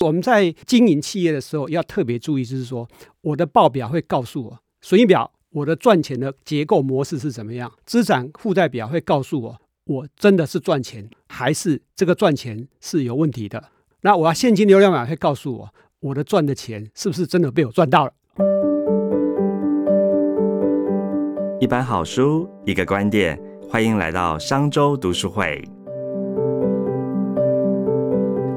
我们在经营企业的时候要特别注意，就是说我的报表会告诉我损益表，我的赚钱的结构模式是怎么样，资产负债表会告诉我我真的是赚钱还是这个赚钱是有问题的。那我要现金流量表会告诉我我的赚的钱是不是真的被我赚到了。一本好书，一个观点，欢迎来到商周读书会。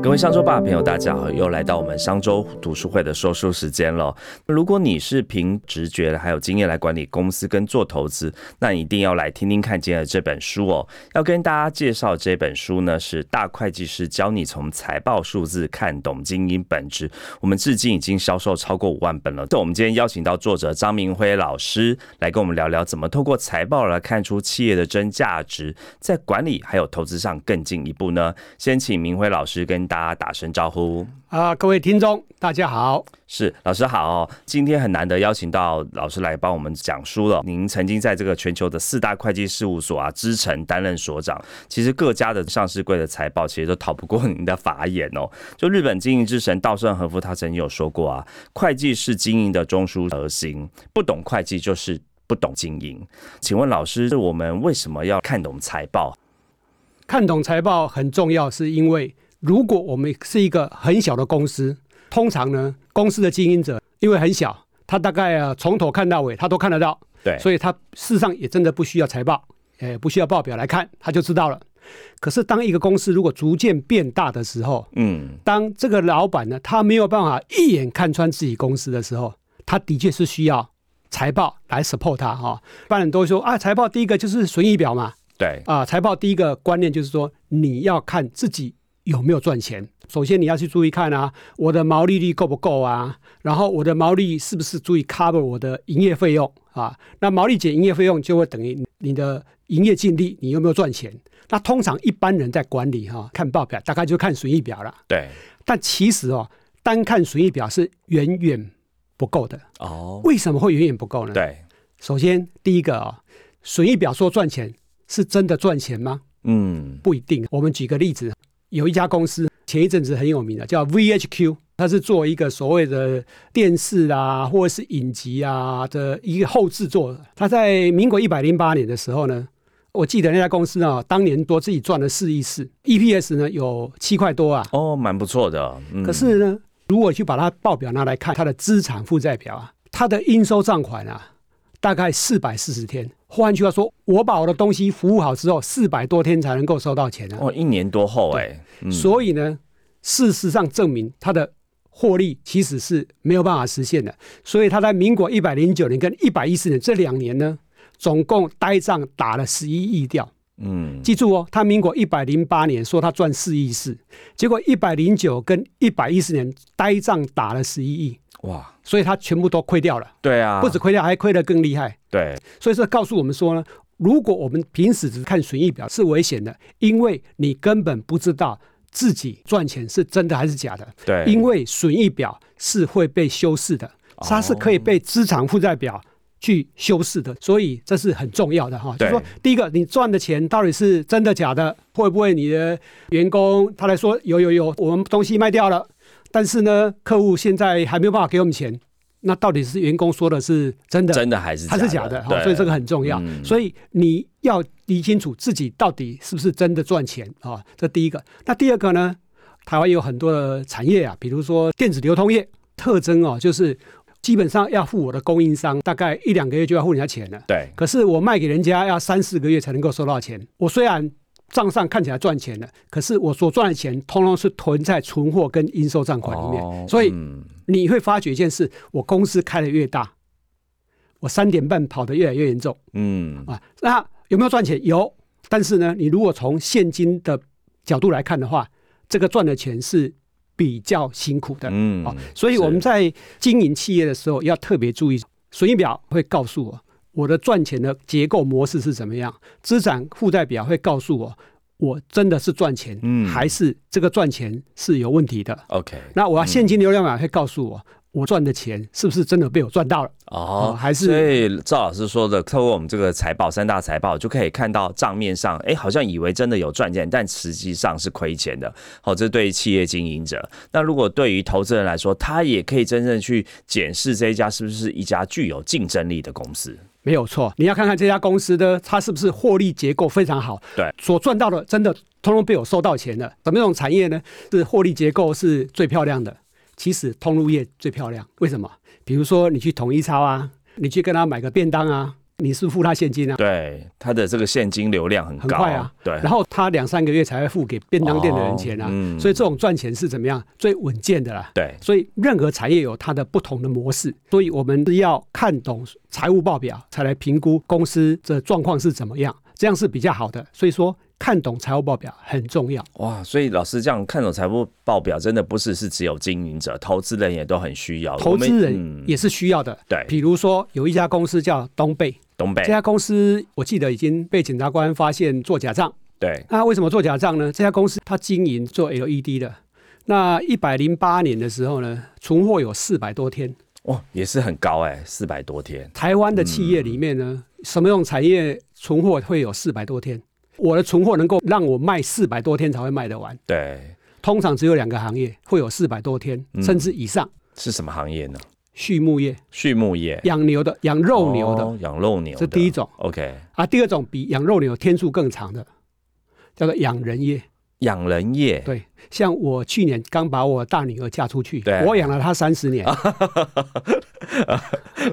各位商周吧的朋友，大家好，又来到我们商周读书会的说书时间了。如果你是凭直觉还有经验来管理公司跟做投资，那你一定要来听听看今天的这本书哦。要跟大家介绍这本书呢，是《大会计师教你从财报数字看懂经营本质》，我们至今已经销售超过五万本了。那我们今天邀请到作者张明辉老师来跟我们聊聊，怎么透过财报来看出企业的真价值，在管理还有投资上更进一步呢？先请明辉老师跟大家打声招呼。啊、各位听众，大家好。是老师好、哦，今天很难得邀请到老师来帮我们讲书了。您曾经在这个全球的四大会计事务所啊之城担任所长，其实各家的上市柜的财报其实都逃不过 您的法眼哦。就日本经营之神稻盛和夫他曾经有说过啊，会计是经营的中枢核心，不懂会计就是不懂经营。请问老师，我们为什么要看懂财报？看懂财报很重要，是因为如果我们是一个很小的公司，通常呢，公司的经营者因为很小，他大概啊从头看到尾，他都看得到，对所以他事实上也真的不需要财报，也不需要报表来看，他就知道了。可是当一个公司如果逐渐变大的时候，嗯，当这个老板呢，他没有办法一眼看穿自己公司的时候，他的确是需要财报来 support 他哈、不然人都会说啊，财报第一个就是损益表嘛，对，啊，财报第一个观念就是说，你要看自己有没有赚钱。首先你要去注意看啊，我的毛利率够不够啊？然后我的毛利是不是足以 cover 我的营业费用啊？那毛利减营业费用就会等于你的营业净利，你有没有赚钱？那通常一般人在管理哈、看报表大概就看损益表了。对，但其实哦，单看损益表是远远不够的。哦，为什么会远远不够呢？对，首先第一个啊、损益表说赚钱是真的赚钱吗？嗯，不一定。我们举个例子，有一家公司前一阵子很有名的，叫 VHQ，它是做一个所谓的电视啊或者是影集啊的一个后制作。它在民国一百零八年的时候呢，我记得那家公司啊，当年多自己赚了四亿四，EPS 呢有七块多啊。哦，蛮不错的。嗯、可是呢，如果去把它报表拿来看，它的资产负债表啊，它的应收账款啊，大概四百四十天。换句话说，我把我的东西服务好之后，四百多天才能够收到钱啊。哦，一年多后哎、嗯所以呢，事实上证明它的获利其实是没有办法实现的。所以他在民国一百零九年跟一百一十年这两年呢，总共呆账打了十一亿掉。嗯，记住哦，他民国一百零八年说他赚四亿四，结果一百零九跟一百一十年呆账打了十一亿，哇，所以他全部都亏掉了，对啊，不止亏掉，还亏得更厉害。对，所以这告诉我们说呢，如果我们平时只看损益表是危险的，因为你根本不知道自己赚钱是真的还是假的。对，哦因为损益表是会被修饰的，它是可以被资产负债表去修饰的，所以这是很重要的哈。就对是说，第一个，你赚的钱到底是真的假的？会不会你的员工他来说有有有，我们东西卖掉了，但是呢，客户现在还没有办法给我们钱，那到底是员工说的是真的？真的还是它是假的，的，哈，对所以这个很重要。嗯所以你要理清楚自己到底是不是真的赚钱啊，这第一个。那第二个呢？台湾有很多的产业啊，比如说电子流通业，特征哦，就是基本上要付我的供应商大概一两个月就要付人家钱了。对可是我卖给人家要三四个月才能够收到钱。我虽然账上看起来赚钱了，可是我所赚的钱通通是囤在存货跟应收账款里面，哦所以嗯你会发觉一件事：我公司开的越大，我三点半跑得越来越严重嗯啊。那有没有赚钱？有，但是呢，你如果从现金的角度来看的话，这个赚的钱是比较辛苦的。嗯啊，所以我们是在经营企业的时候要特别注意，损益表会告诉我我的赚钱的结构模式是怎么样，资产负债表会告诉我我真的是赚钱，嗯还是这个赚钱是有问题的。 OK，那我要现金流量表会告诉我我赚的钱是不是真的被我赚到了？哦哦，还是所以赵老师说的，透过我们这个财报三大财报，就可以看到账面上，哎，好像以为真的有赚钱，但实际上是亏钱的。好、这对于企业经营者，那如果对于投资人来说，他也可以真正去检视这一家是不是一家具有竞争力的公司。没有错，你要看看这家公司的它是不是获利结构非常好，对，所赚到的真的通通被我收到钱了。咱们这种产业呢，是获利结构是最漂亮的，其实通路业最漂亮。为什么？比如说你去统一超啊，你去跟他买个便当啊，你是付他现金啊，对，他的这个现金流量很高，很快啊对，然后他两三个月才会付给便当店的人钱啊。哦嗯所以这种赚钱是怎么样最稳健的啦。对，所以任何产业有它的不同的模式，所以我们是要看懂财务报表，才来评估公司的状况是怎么样，这样是比较好的。所以说，看懂财务报表很重要。哇，所以老师这样看懂财务报表，真的不是是只有经营者，投资人也都很需要。投哦我们资人、也嗯是需要的。对比如说有一家公司叫东贝，东北这家公司我记得已经被检察官发现做假账。对那为什么做假账呢？这家公司它经营做 LED 的，那一百零八年的时候呢，存货有四百多天。哇，也是很高哎、四百多天。台湾的企业里面嗯呢，什么种产业存货会有四百多天？我的存货能够让我卖四百多天才会卖得完，对，通常只有两个行业会有四百多天，嗯甚至以上。是什么行业呢？畜牧业，畜牧业，养牛的、养肉牛的、哎哦养肉牛的，这第一种 OK，啊，第二种比养肉牛天数更长的，叫做养人业。养人业，对，像我去年刚把我大女儿嫁出去对，啊我养了她三十年，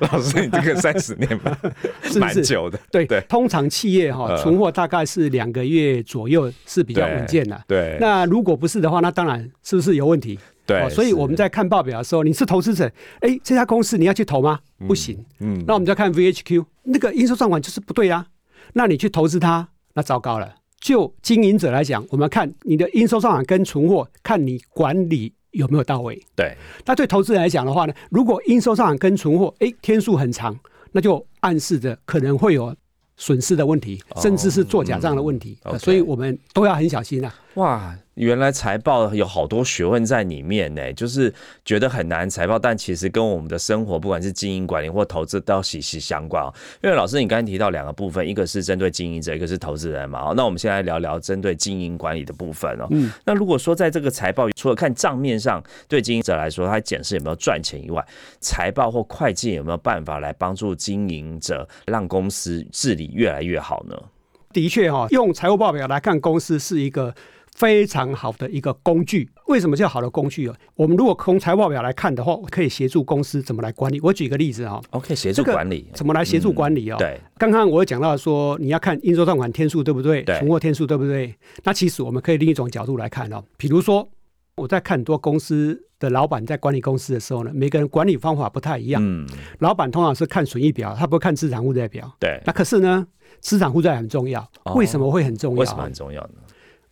老师，你这个三十年吧， 是不蛮是？久的，对，对通常企业哈、呃存货大概是两个月左右是比较对稳健的。对，那如果不是的话，那当然是不是有问题？对、哦所以我们在在看报表的时候，你是投资者，哎，这家公司你要去投吗？不行。嗯那我们就看 VHQ 那个应收账款就是不对啊，那你去投资它，那糟糕了。就经营者来讲，我们看你的应收账款跟存货，看你管理有没有到位。对那对投资人来讲的话呢，如果应收账款跟存货，哎，天数很长，那就暗示着可能会有损失的问题，哦甚至是做假账的问题。呃嗯 OK 所以我们都要很小心啊。哇，原来财报有好多学问在里面呢，就是觉得很难财报，但其实跟我们的生活，不管是经营管理或投资，都要息息相关哦。因为老师，你刚才提到两个部分，一个是针对经营者，一个是投资人嘛。哦那我们先来聊聊针对经营管理的部分哦。嗯，那如果说在这个财报，除了看账面上对经营者来说，他检视有没有赚钱以外，财报或会计有没有办法来帮助经营者让公司治理越来越好呢？的确哈、用财务报表来看公司是一个非常好的一个工具。为什么叫好的工具啊？我们如果从财务报表来看的话，可以协助公司怎么来管理。我举个例子啊、 OK，协助这个管理，怎么来协助管理啊、嗯对，刚刚我有讲到说，你要看应收账款天数对不对，对存货天数对不对？那其实我们可以另一种角度来看哦，比如说我在看很多公司的老板在管理公司的时候呢，每个人管理方法不太一样。嗯，老板通常是看损益表，他不会看资产负债表。对，那可是呢，资产负债很重要，哦为什么会很重要啊？为什么很重要呢？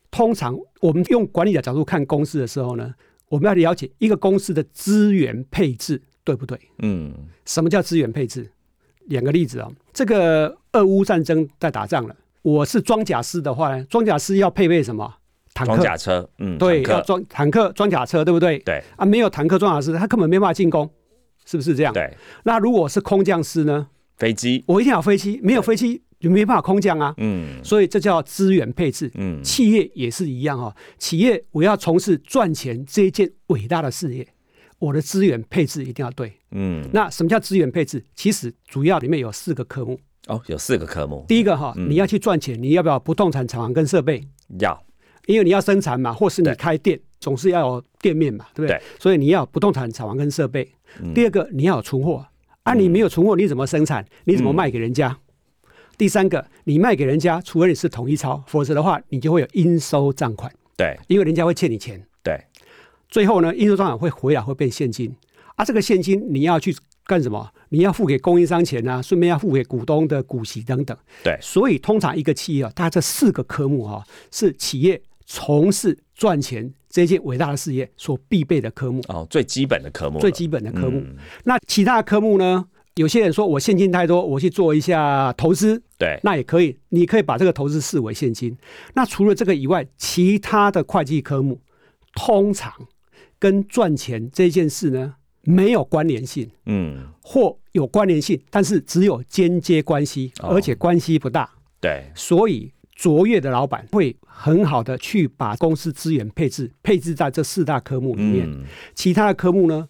通常我们用管理的角度看公司的时候呢，我们要了解一个公司的资源配置对不对？嗯，什么叫资源配置？两个例子啊、这个俄乌战争在打仗了，我是装甲师的话呢，装甲师要配备什么？坦装克，甲车，嗯，对，坦要克装坦克、装甲车，对不对？对啊，没有坦克、装甲师，他根本没办法进攻，是不是这样？对，那如果是空降师呢？飞机，我一定要有飞机，没有飞机就没办法空降啊。嗯所以这叫资源配置。嗯，企业也是一样哈、哦企业我要从事赚钱这一件伟大的事业，我的资源配置一定要对。嗯，那什么叫资源配置？其实主要里面有四个科目。哦，有四个科目，第一个哈、嗯你要去赚钱，你要不要不动产、厂房跟设备？要因为你要生产嘛，或是你对开店，总是要有店面嘛，对不对？对所以你要有不动产、厂房跟设备。嗯第二个，你要有存货啊，你没有存货，你怎么生产？你怎嗯么卖给人家？第三个，你卖给人家，除非你是统一超，否则的话，你就会有应收账款，对因为人家会欠你钱。对，最后呢，应收账款会回来，会变现金啊。这个现金你要去干什么？你要付给供应商钱啊，顺便要付给股东的股息等等。对所以通常一个企业啊，它这四个科目啊，是企业从事赚钱这件伟大的事业所必备的科目，哦，最基本的科目了，最基本的科目。嗯那其他的科目呢？有些人说我现金太多，我去做一下投资，对，那也可以，你可以把这个投资视为现金。那除了这个以外，其他的会计科目通常跟赚钱这件事呢没有关联性，嗯，或有关联性，但是只有间接关系，哦而且关系不大。对，所以卓越的老板会很好的去把公司资源配置配置在这四大科目里面，嗯，其他的科目呢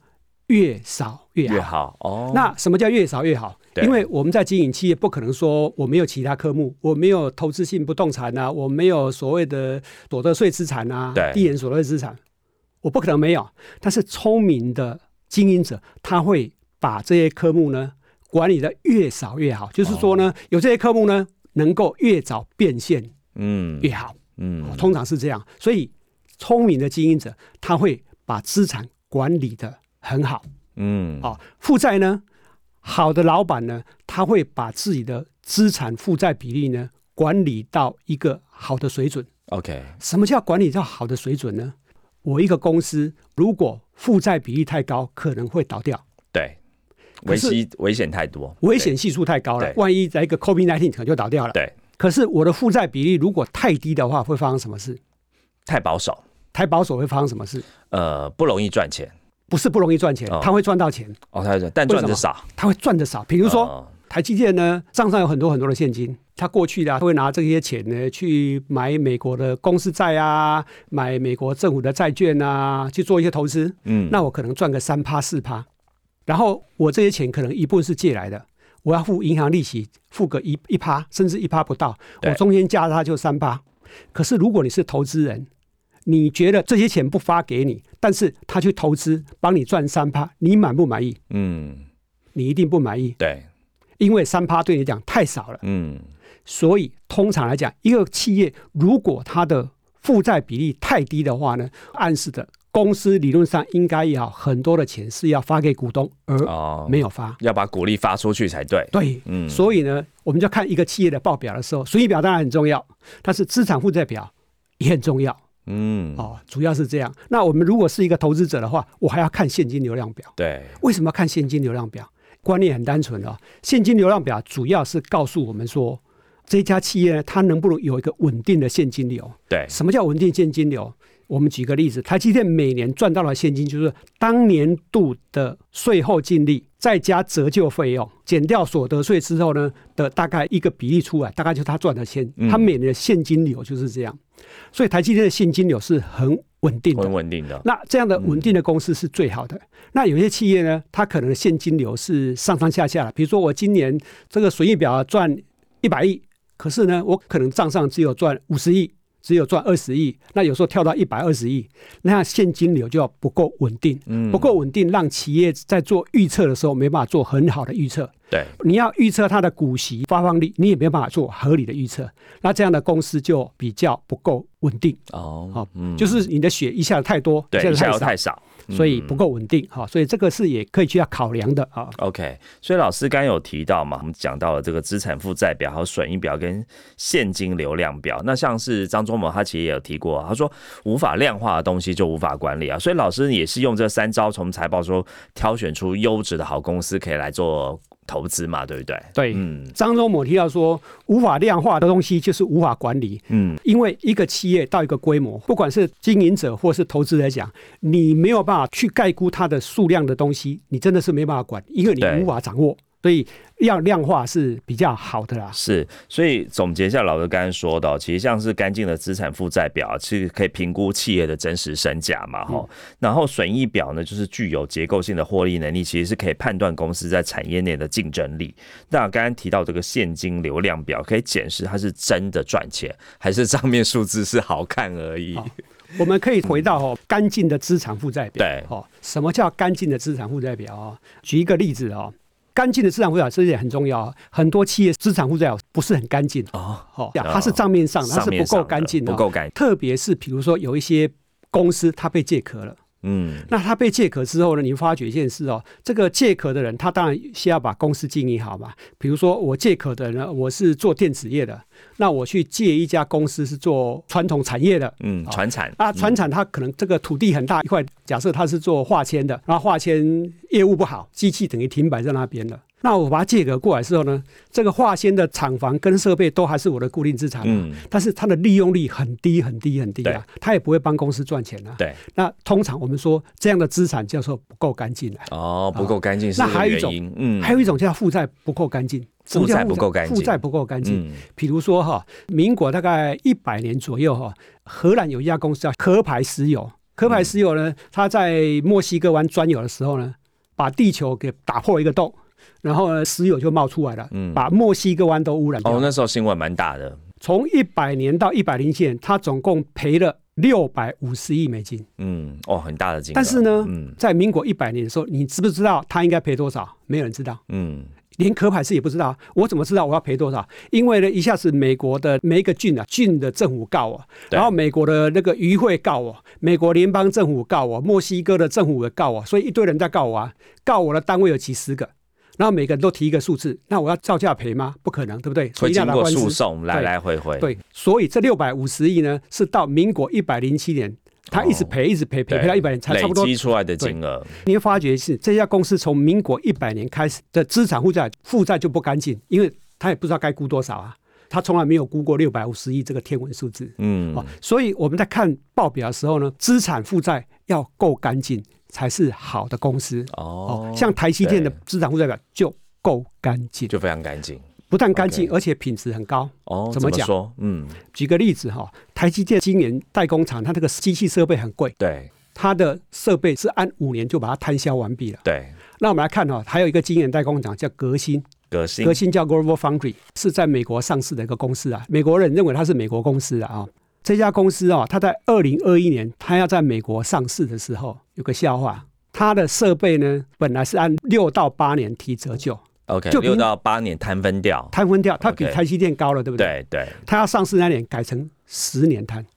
越少越好。越好哦，那什么叫越少越好？对因为我们在经营企业，不可能说我没有其他科目，我没有投资性不动产啊，我没有所谓的所得税资产啊对，递延所得税资产，我不可能没有。但是聪明的经营者，他会把这些科目呢管理的越少越好，就是说哦呢，有这些科目呢能够越早变现嗯越好，嗯，通常是这样。所以聪明的经营者，他会把资产管理的很好。嗯，啊，负债呢，好的老板呢，他会把自己的资产负债比例呢管理到一个好的水准。 ，OK，什么叫管理到好的水准呢？我一个公司如果负债比例太高，可能会倒掉，对，可危是机危险太多，危险系数太高了对，万一来一个 COVID 1 9可能就倒掉了。对，可是我的负债比例如果太低的话，会发生什么事？太保守，太保守会发生什么事？呃，不容易赚钱不是不容易赚钱哦，他会赚到钱，哦，他说，但为什赚么的少，他会赚的少。比如说，哦台积电呢，账上有很多很多的现金，他过去的、啊、会拿这些钱呢去买美国的公司债啊，买美国政府的债券啊，去做一些投资。嗯，那我可能赚个三趴四趴，然后我这些钱可能一部分是借来的，我要付银行利息，付个一一趴，甚至一趴不到，对我中间加它就三趴。可是如果你是投资人，你觉得这些钱不发给你，但是他去投资帮你赚三趴，你满不满意？嗯，你一定不满意。对，因为三趴对你讲太少了，嗯，所以通常来讲，一个企业如果它的负债比例太低的话呢，暗示的公司理论上应该要很多的钱是要发给股东，而哦，没有发。要把鼓励发出去才对，对，嗯，所以呢，我们就看一个企业的报表的时候，损益表当然很重要，但是资产负债表也很重要嗯，哦，主要是这样。那我们如果是一个投资者的话，我还要看现金流量表。对，为什么要看现金流量表？观念很单纯哦，现金流量表主要是告诉我们说，这家企业呢，它能不能有一个稳定的现金流？对，什么叫稳定现金流？我们举个例子，台积电每年赚到的现金就是当年度的税后净利，再加折旧费用，减掉所得税之后呢的大概一个比例出来，大概就是他赚的钱嗯，他每年的现金流就是这样。所以台积电的现金流是很稳定的很，稳定的，那这样的嗯稳定的公司是最好的。那有些企业呢，它可能现金流是上上下下的，比如说我今年这个损益表啊赚一百亿，可是呢，我可能账上只有赚五十亿，只有赚二十亿，那有时候跳到一百二十亿，那样现金流就要不够稳定。嗯不够稳定，让企业在做预测的时候没办法做很好的预测。对，你要预测它的股息发放率，你也没办法做合理的预测。那这样的公司就比较不够稳定。哦，好嗯就是你的血一下子太多，对，一一下下又子太太少，少，所以不嗯够稳定哈、所以这个是也可以去要考量的啊。 OK，所以老师刚刚有提到嘛，我们讲到了这个资产负债表、还有损益表跟现金流量表。那像是张忠谋他其实也有提过，他说无法量化的东西就无法管理啊。所以老师也是用这三招从财报中挑选出优质的好公司，可以来做投资嘛，对不对？对嗯张忠谋提到说，无法量化的东西就是无法管理，嗯，因为一个企业到一个规模，不管是经营者或是投资者讲，你没有办法去概估它的数量的东西，你真的是没办法管，因为你对无法掌握，所以要量化是比较好的啦。是。所以总结一下老师刚刚说的哦，其实像是干净的资产负债表，啊其实可以评估企业的真实身价嘛，嗯哈、然后损益表呢，就是具有结构性的获利能力，其实是可以判断公司在产业内的竞争力。那刚刚提到这个现金流量表，可以检视它是真的赚钱，还是账面数字是好看而已。好我们可以回到哦，干净的资产负债表。对哦，什么叫干净的资产负债表啊、哦？举一个例子哦，干净的资产负债表这也很重要、哦。很多企业资产负债表不是很干净哦，哦，它是账面上的，它上是不面上够的干净啊的、哦不够。干净。特别是比如说有一些公司它被借壳了，嗯，那它被借壳之后呢，你发觉一件事哦，这个借壳的人他当然先要把公司经营好嘛。比如说我借壳的人呢，我是做电子业的，那我去借一家公司是做传统产业的，嗯，好传产啊，船产它可能这个土地很大一块，假设它是做化纤的，然后化纤业务不好，机器等于停摆在那边了。那我把它借给过来之后呢，这个化纤的厂房跟设备都还是我的固定资产、啊，嗯，但是它的利用率很低很低很低对啊，它也不会帮公司赚钱啊。对，那通常我们说这样的资产叫做不够干净啊。哦，不够干净是那还有个一原种因，嗯，还有一种叫负债不够干净，什么负叫债不够干净负债不够干净。嗯，比如说哈，民国大概一百年左右哈，荷兰有一家公司叫壳牌石油。壳牌石油呢，它在墨西哥湾钻油的时候呢，把地球给打破一个洞，然后呢，石油就冒出来了，嗯把墨西哥湾都污染掉哦，了。那时候新闻蛮大的，从一百年到一百零七年，它总共赔了六百五十亿美金。嗯，哦，很大的金额，但是呢嗯在民国一百年的时候，你知不知道它应该赔多少？没有人知道。嗯，连壳牌师也不知道，我怎么知道我要赔多少？因为呢，一下子美国的每一个郡啊，郡的政府告我，对然后美国的那个渔会告我，美国联邦政府告我，墨西哥的政府也告我，所以一堆人在告我啊，告我的单位有几十个，然后每个人都提一个数字，那我要照价赔吗？不可能，对不对？所会以要经打过官司诉讼，来对来回回，对，所以这六百五十亿呢，是到民国一百零七年，他一直哦赔，一直赔，对，赔赔到一百年，才差不多累积出来的金额，你会发觉是这家公司从民国一百年开始的资产负债负债就不干净，因为他也不知道该估多少啊，他从来没有估过六百五十亿这个天文数字嗯啊、，所以我们在看报表的时候呢，资产负债要够干净才是好的公司哦哦。，像台积电的对资产负债表就够干净，就非常干净，不但干净， OK 而且品质很高。哦，怎么么讲说？嗯，举个例子哈、台积电今年代工厂它这个机器设备很贵，对它的设备是按五年就把它摊销完毕了。对，那我们来看哦，还有一个晶圆代工厂叫革新，革新革，新叫 Global Foundry，是在美国上市的一个公司啊。美国人认为它是美国公司的啊。这家公司哦，它在二零二一年它要在美国上市的时候，有个笑话，它的设备呢本来是按六到八年提折旧， OK，就比六到八年摊分掉，摊分掉，它比 OK 台积电高了，对不对？对对，哦它要上市那年改成十年摊，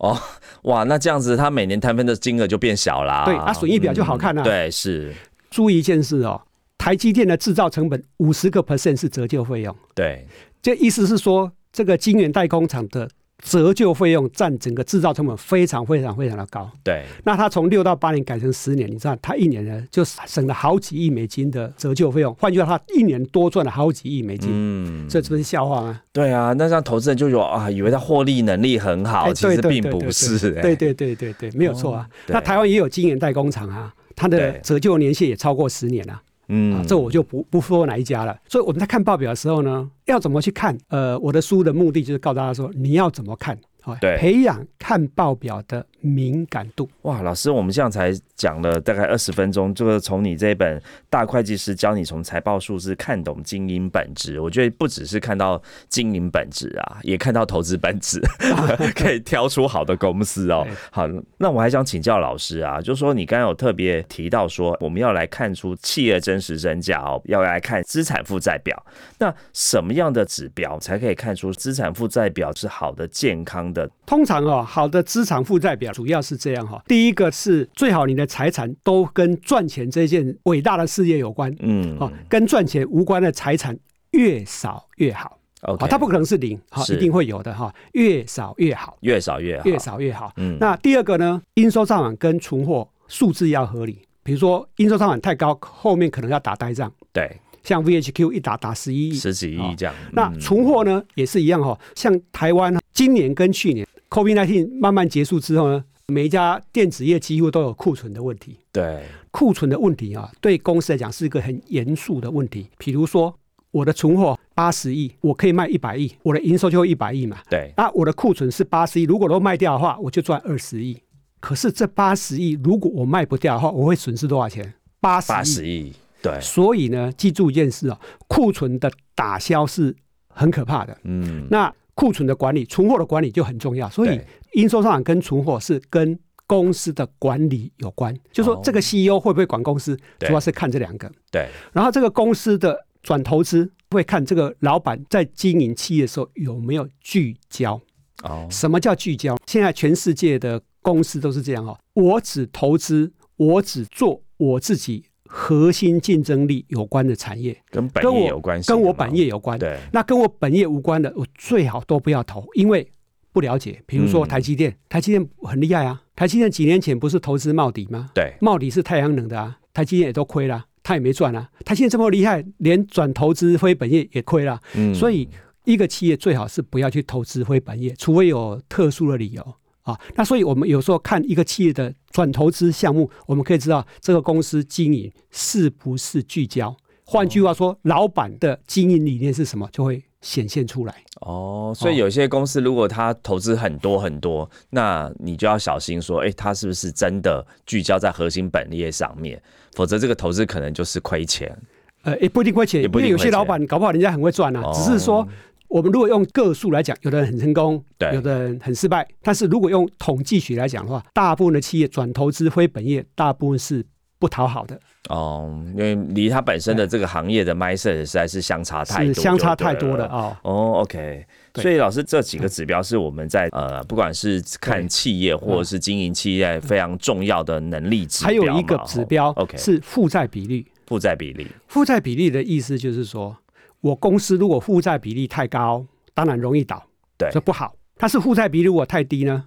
哇，那这样子，他每年摊分的金额就变小啦，对啊损益表就好看啦嗯对，是，注意一件事哦，台积电的制造成本五十个 percent 是折旧费哦用。对，这意思是说，这个晶圆代工厂的折旧费用占整个制造成本非常非常非常的高。对，那它从六到八年改成十年，你知道，它一年呢就省了好几亿美金的折旧费用。换句话，它一年多赚了好几亿美金，嗯，这这不是笑话吗？对啊，那让投资人就有啊，以为他获利能力很好，哎其实对对并对不对是，哎对对对对对，没有错啊。哦对那台湾也有晶圆代工厂啊，它的对折旧年限也超过十年啊。啊嗯，，这我就不不说哪一家了。所以我们在看报表的时候呢，要怎么去看？呃，我的书的目的就是告诉大家说，你要怎么看，好、对培养看报表的敏感度。哇，老师，我们这样才讲了大概二十分钟，这个从你这本《大会计师教你从财报数字看懂经营本质》，我觉得不只是看到经营本质啊， 也看到投资本质， 可以挑出好的公司哦对。好，那我还想请教老师啊，就说你刚刚有特别提到说，我们要来看出企业真实身价哦，要来看资产负债表。那什么样的指标才可以看出资产负债表是好的、健康的？通常哦，好的资产负债表主要是这样哈、第一个是最好你的财产都跟赚钱这件伟大的事业有关，嗯，哦，跟赚钱无关的财产越少越好。 o 好、 k 它哦不可能是零，好、是一定会有的哈、哦越少越好，越少越好，越少越好。嗯，那第二个呢，应收账款跟存货数字要合理。比如说应收账款太高，后面可能要打呆账，对，像 VHQ 一打打十一亿。哦十几亿这样。那嗯存货呢也是一样哈、哦，像台湾今年跟去年 COVID-19 慢慢结束之后呢，每一家电子业几乎都有库存的问题。对，库存的问题啊，对公司来讲是一个很严肃的问题。比如说我的存货八十亿，我可以卖一百亿，我的营收就一百亿嘛。对，那啊我的库存是八十亿，如果都卖掉的话，我就赚二十亿。可是这八十亿，如果我卖不掉的话，我会损失多少钱？八十八亿。十亿，对，所以呢，记住一件事哦，库存的打消是很可怕的。嗯，那库存的管理、存货的管理就很重要。所以对，应收账款跟存货是跟公司的管理有关，就说哦这个 CEO 会不会管公司，对主要是看这两个。对，然后这个公司的转投资会看这个老板在经营企业的时候有没有聚焦。哦，什么叫聚焦？现在全世界的公司都是这样哦，我只投资，我只做我自己核心竞争力有关的产业，跟本跟业我有关系的跟吗，我本业有关。哎啊对，那跟我本业无关的，我最好都不要投，因为不了解。比如说嗯台积电，台积电很厉害啊，台积电几年前不是投资茂迪吗？对，茂迪是太阳能的啊，台积电也都亏了。他也没赚啊。他现在这么厉害，连转投资非本业也亏了。嗯所以一个企业最好是不要去投资非本业，除非有特殊的理由啊。那所以我们有时候看一个企业的转投资项目，我们可以知道这个公司经营是不是聚焦。换句话说，老板的经营理念是什么，就会显现出来。哦，所以有些公司如果他投资很多很多，那你就要小心说，哎、他是不是真的聚焦在核心本业上面？否则这个投资可能就是亏钱。呃，也不一定亏钱，嗯也因不一定为有些亏钱老板搞不好人家很会赚啊，哦只是说。我们如果用个数来讲，有的人很成功，对有的人很失败。但是如果用统计学来讲的话，大部分的企业转投资非本业，大部分是不讨好的，哦，因为离他本身的这个行业的 mindset 实在是相差太是多，相差太多了。了啊、哦，OK，对嗯所以老师这几个指标是我们在呃，不管是看企业或者是经营企业非常重要的能力指嗯标还有一个嘛指标哦，OK 是负债比率。负债比例，负债比率的意思就是说，我公司如果负债比例太高，当然容易倒，对这不好。但是负债比率如果太低呢，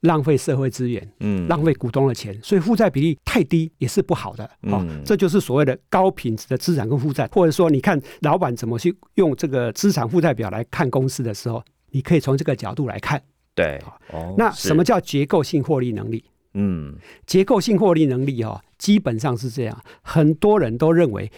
浪费社会资源，嗯，浪费股东的钱，所以负债比例太低也是不好的啊、哦嗯这就是所谓的高品质的资产跟负债，或者说你看老板怎么去用这个资产负债表来看公司的时候，你可以从这个角度来看。对，哦那是什么叫结构性获利能力？嗯，结构性获利能力哦，基本上是这样，很多人都认为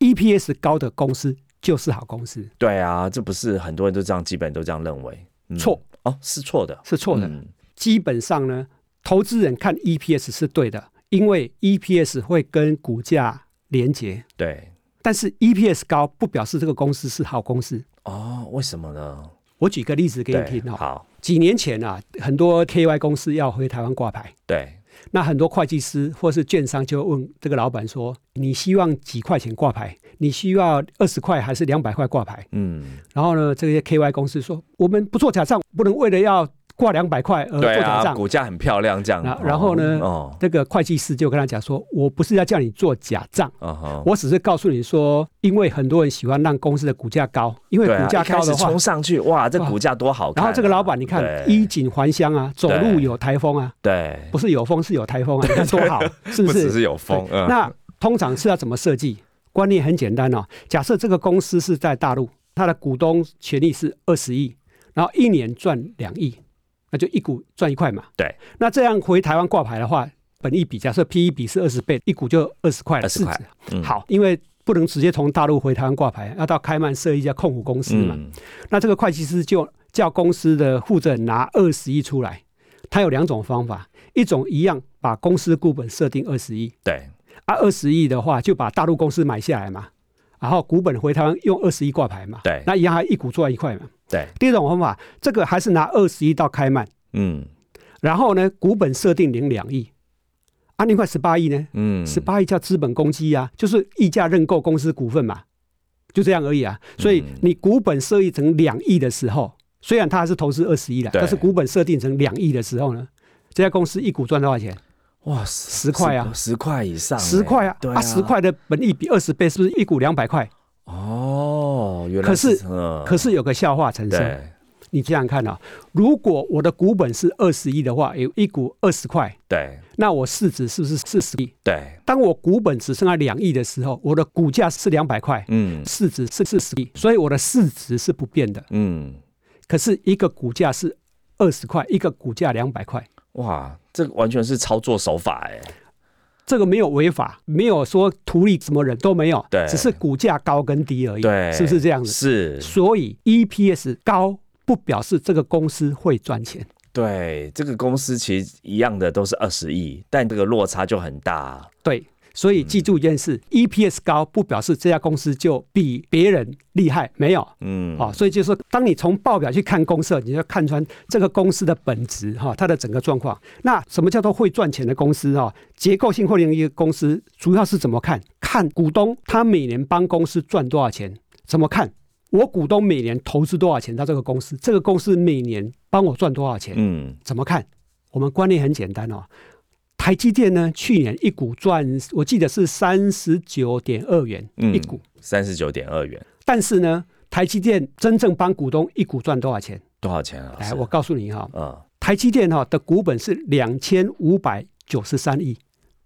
EPS 高的公司就是好公司，对啊，这不是很多人都这样，基本都这样认为，嗯错哦，是错的，是错的。嗯基本上呢，投资人看 EPS 是对的，因为 EPS 会跟股价连结。对，但是 EPS 高不表示这个公司是好公司。哦，为什么呢？我举个例子给你对，听哦。好，几年前啊，很多 KY 公司要回台湾挂牌，对，那很多会计师或是券商就问这个老板说：“你希望几块钱挂牌？你需要二十块还是两百块挂牌嗯，？”然后呢，这些 KY 公司说：“我们不做假账，不能为了要挂两百块而呃做对假啊，账。股价很漂亮，这样那，然后呢哦，这个会计师就跟他讲说：“我不是要叫你做假账。”哦哈，我只是告诉你说，因为很多人喜欢让公司的股价高，因为对啊股价一开高始的话，冲上去，哇，这哇股价多好看然啊。后这个老板，你看对衣锦还乡啊，走路有台风啊，对，不是有风是有台 风啊，你看多好，是不是？只是有风，对嗯那通常是要怎么设计？观念很简单哦。假设这个公司是在大陆，它的股东权利是二十亿，然后一年赚两亿，那就一股赚一块嘛。对。那这样回台湾挂牌的话，本益比假设 P E 比是二十倍，一股就二十块了， 20块市值嗯好，因为不能直接从大陆回台湾挂牌，要到开曼设一家控股公司嘛。嗯，那这个会计师就叫公司的负责人拿二十亿出来，他有两种方法，一种一样把公司股本设定二十亿，对，啊，二十亿的话就把大陆公司买下来嘛，然后股本回台湾用二十亿挂牌嘛，对那银行一股做一块嘛。对，第二种方法，这个还是拿二十亿到开曼，嗯然后呢股本设定零两亿，啊，另外十八亿呢，嗯，十八亿叫资本公积呀、就是溢价认购公司股份嘛，就这样而已啊。所以嗯你股本设定成两亿的时候，虽然它还是投资二十亿了，对但是股本设定成两亿的时候呢，这家公司一股赚多少钱？哇，十块啊十块以上欸，十块啊，对啊，十块的本益比二十倍，是不是一股两百块？哦，原来可是嗯可是有个笑话产生，对你想想看啊，如果我的股本是二十亿的话，有一股二十块，对那我市值是不是四十亿？对，当我股本只剩下两亿的时候，我的股价是两百块，嗯市值是四十亿，所以我的市值是不变的。嗯，可是一个股价是二十块，一个股价两百块，哇，这个完全是操作手法哎，这个没有违法，没有说图利什么人都没有，对只是股价高跟低而已，对，是不是这样子？是，所以 EPS 高不表示这个公司会赚钱，对，这个公司其实一样的都是二十亿，但这个落差就很大。啊对。所以记住一件事、e p s 高不表示这家公司就比别人厉害，没有。嗯，啊、所以就是说，当你从报表去看公司，你就看穿这个公司的本质哈、它的整个状况。那什么叫做会赚钱的公司啊、结构性获利能力的公司主要是怎么看？看股东他每年帮公司赚多少钱？怎么看？我股东每年投资多少钱到这个公司？这个公司每年帮我赚多少钱？嗯，怎么看？我们观念很简单哦。台积电呢，去年一股赚，我记得是三十九点二元嗯一股。三十九点二元，但是呢，台积电真正帮股东一股赚多少钱？多少钱啊？来，是哎我告诉你哈、嗯，台积电哈、的股本是两千五百九十三亿，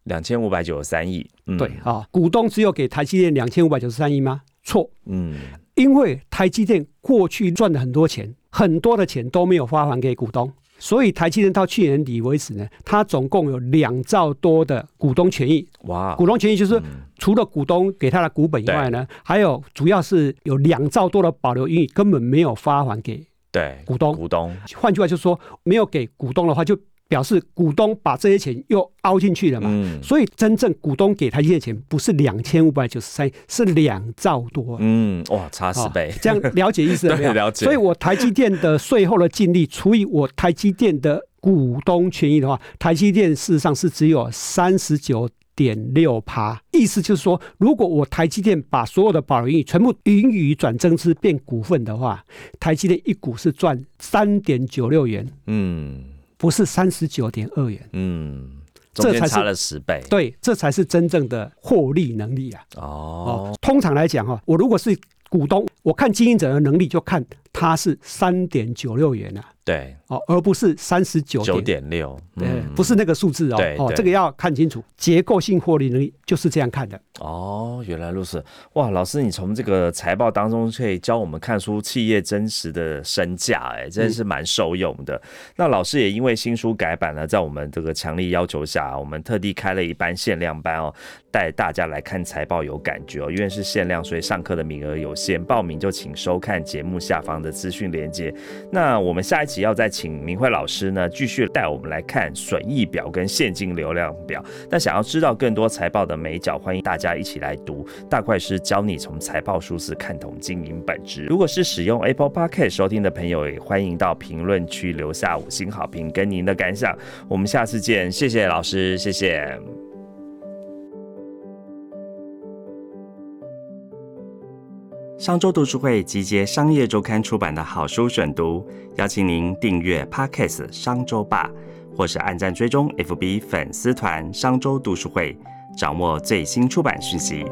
两千五百九十三亿，嗯对，啊、股东只有给台积电两千五百九十三亿吗？错，嗯，因为台积电过去赚了很多钱，很多的钱都没有发还给股东，所以台积电到去年底为止呢，它总共有两兆多的股东权益。哇，股东权益就是嗯除了股东给他的股本以外呢，还有主要是有两兆多的保留盈余根本没有发还给对，股东。股东，换句话就是说，没有给股东的话，就表示股东把这些钱又凹进去了嘛。嗯所以真正股东给台积电的钱不是两千五百九十三，是两兆多。嗯，哇，差四倍，哦这样了解意思 了没有？对了解所以我台积电的税后的净利除以我台积电的股东权益的话，台积电事实上是只有三十九。点六趴，意思就是说，如果我台积电把所有的保留盈余全部盈余转增资变股份的话，台积电一股是赚三点九六元，嗯不是三十九点二元。嗯，这中间才是差了十倍，对，这才是真正的获利能力啊！哦哦，，通常来讲哈，我如果是股东，我看经营者的能力就看他是三点九六元啊，对，哦，而不是三十九九点，点六，嗯对，不是那个数字哦对，哦，对这个要看清楚。结构性获利能力就是这样看的。哦，原来如此！哇，老师，你从这个财报当中可以教我们看出企业真实的身价，哎，真的是蛮受用的。那老师也因为新书改版呢，在我们这个强力要求下，我们特地开了一班限量班哦，带大家来看财报有感觉哦。因为是限量，所以上课的名额有限，报名就请收看节目下方的资讯连接。那我们下一期要再请明慧老师呢，继续带我们来看损益表跟现金流量表。那想要知道更多财报的美角，欢迎大家一起来读《大怪师教你从财报数字看懂经营本质》。如果是使用 Apple Podcast 收听的朋友，也欢迎到评论区留下五星好评跟您的感想。我们下次见，谢谢老师，谢谢。商周读书会集结《商业周刊》出版的好书选读，邀请您订阅 Podcast《商周吧》，或是按赞追踪 FB 粉丝团“商周读书会”，掌握最新出版讯息。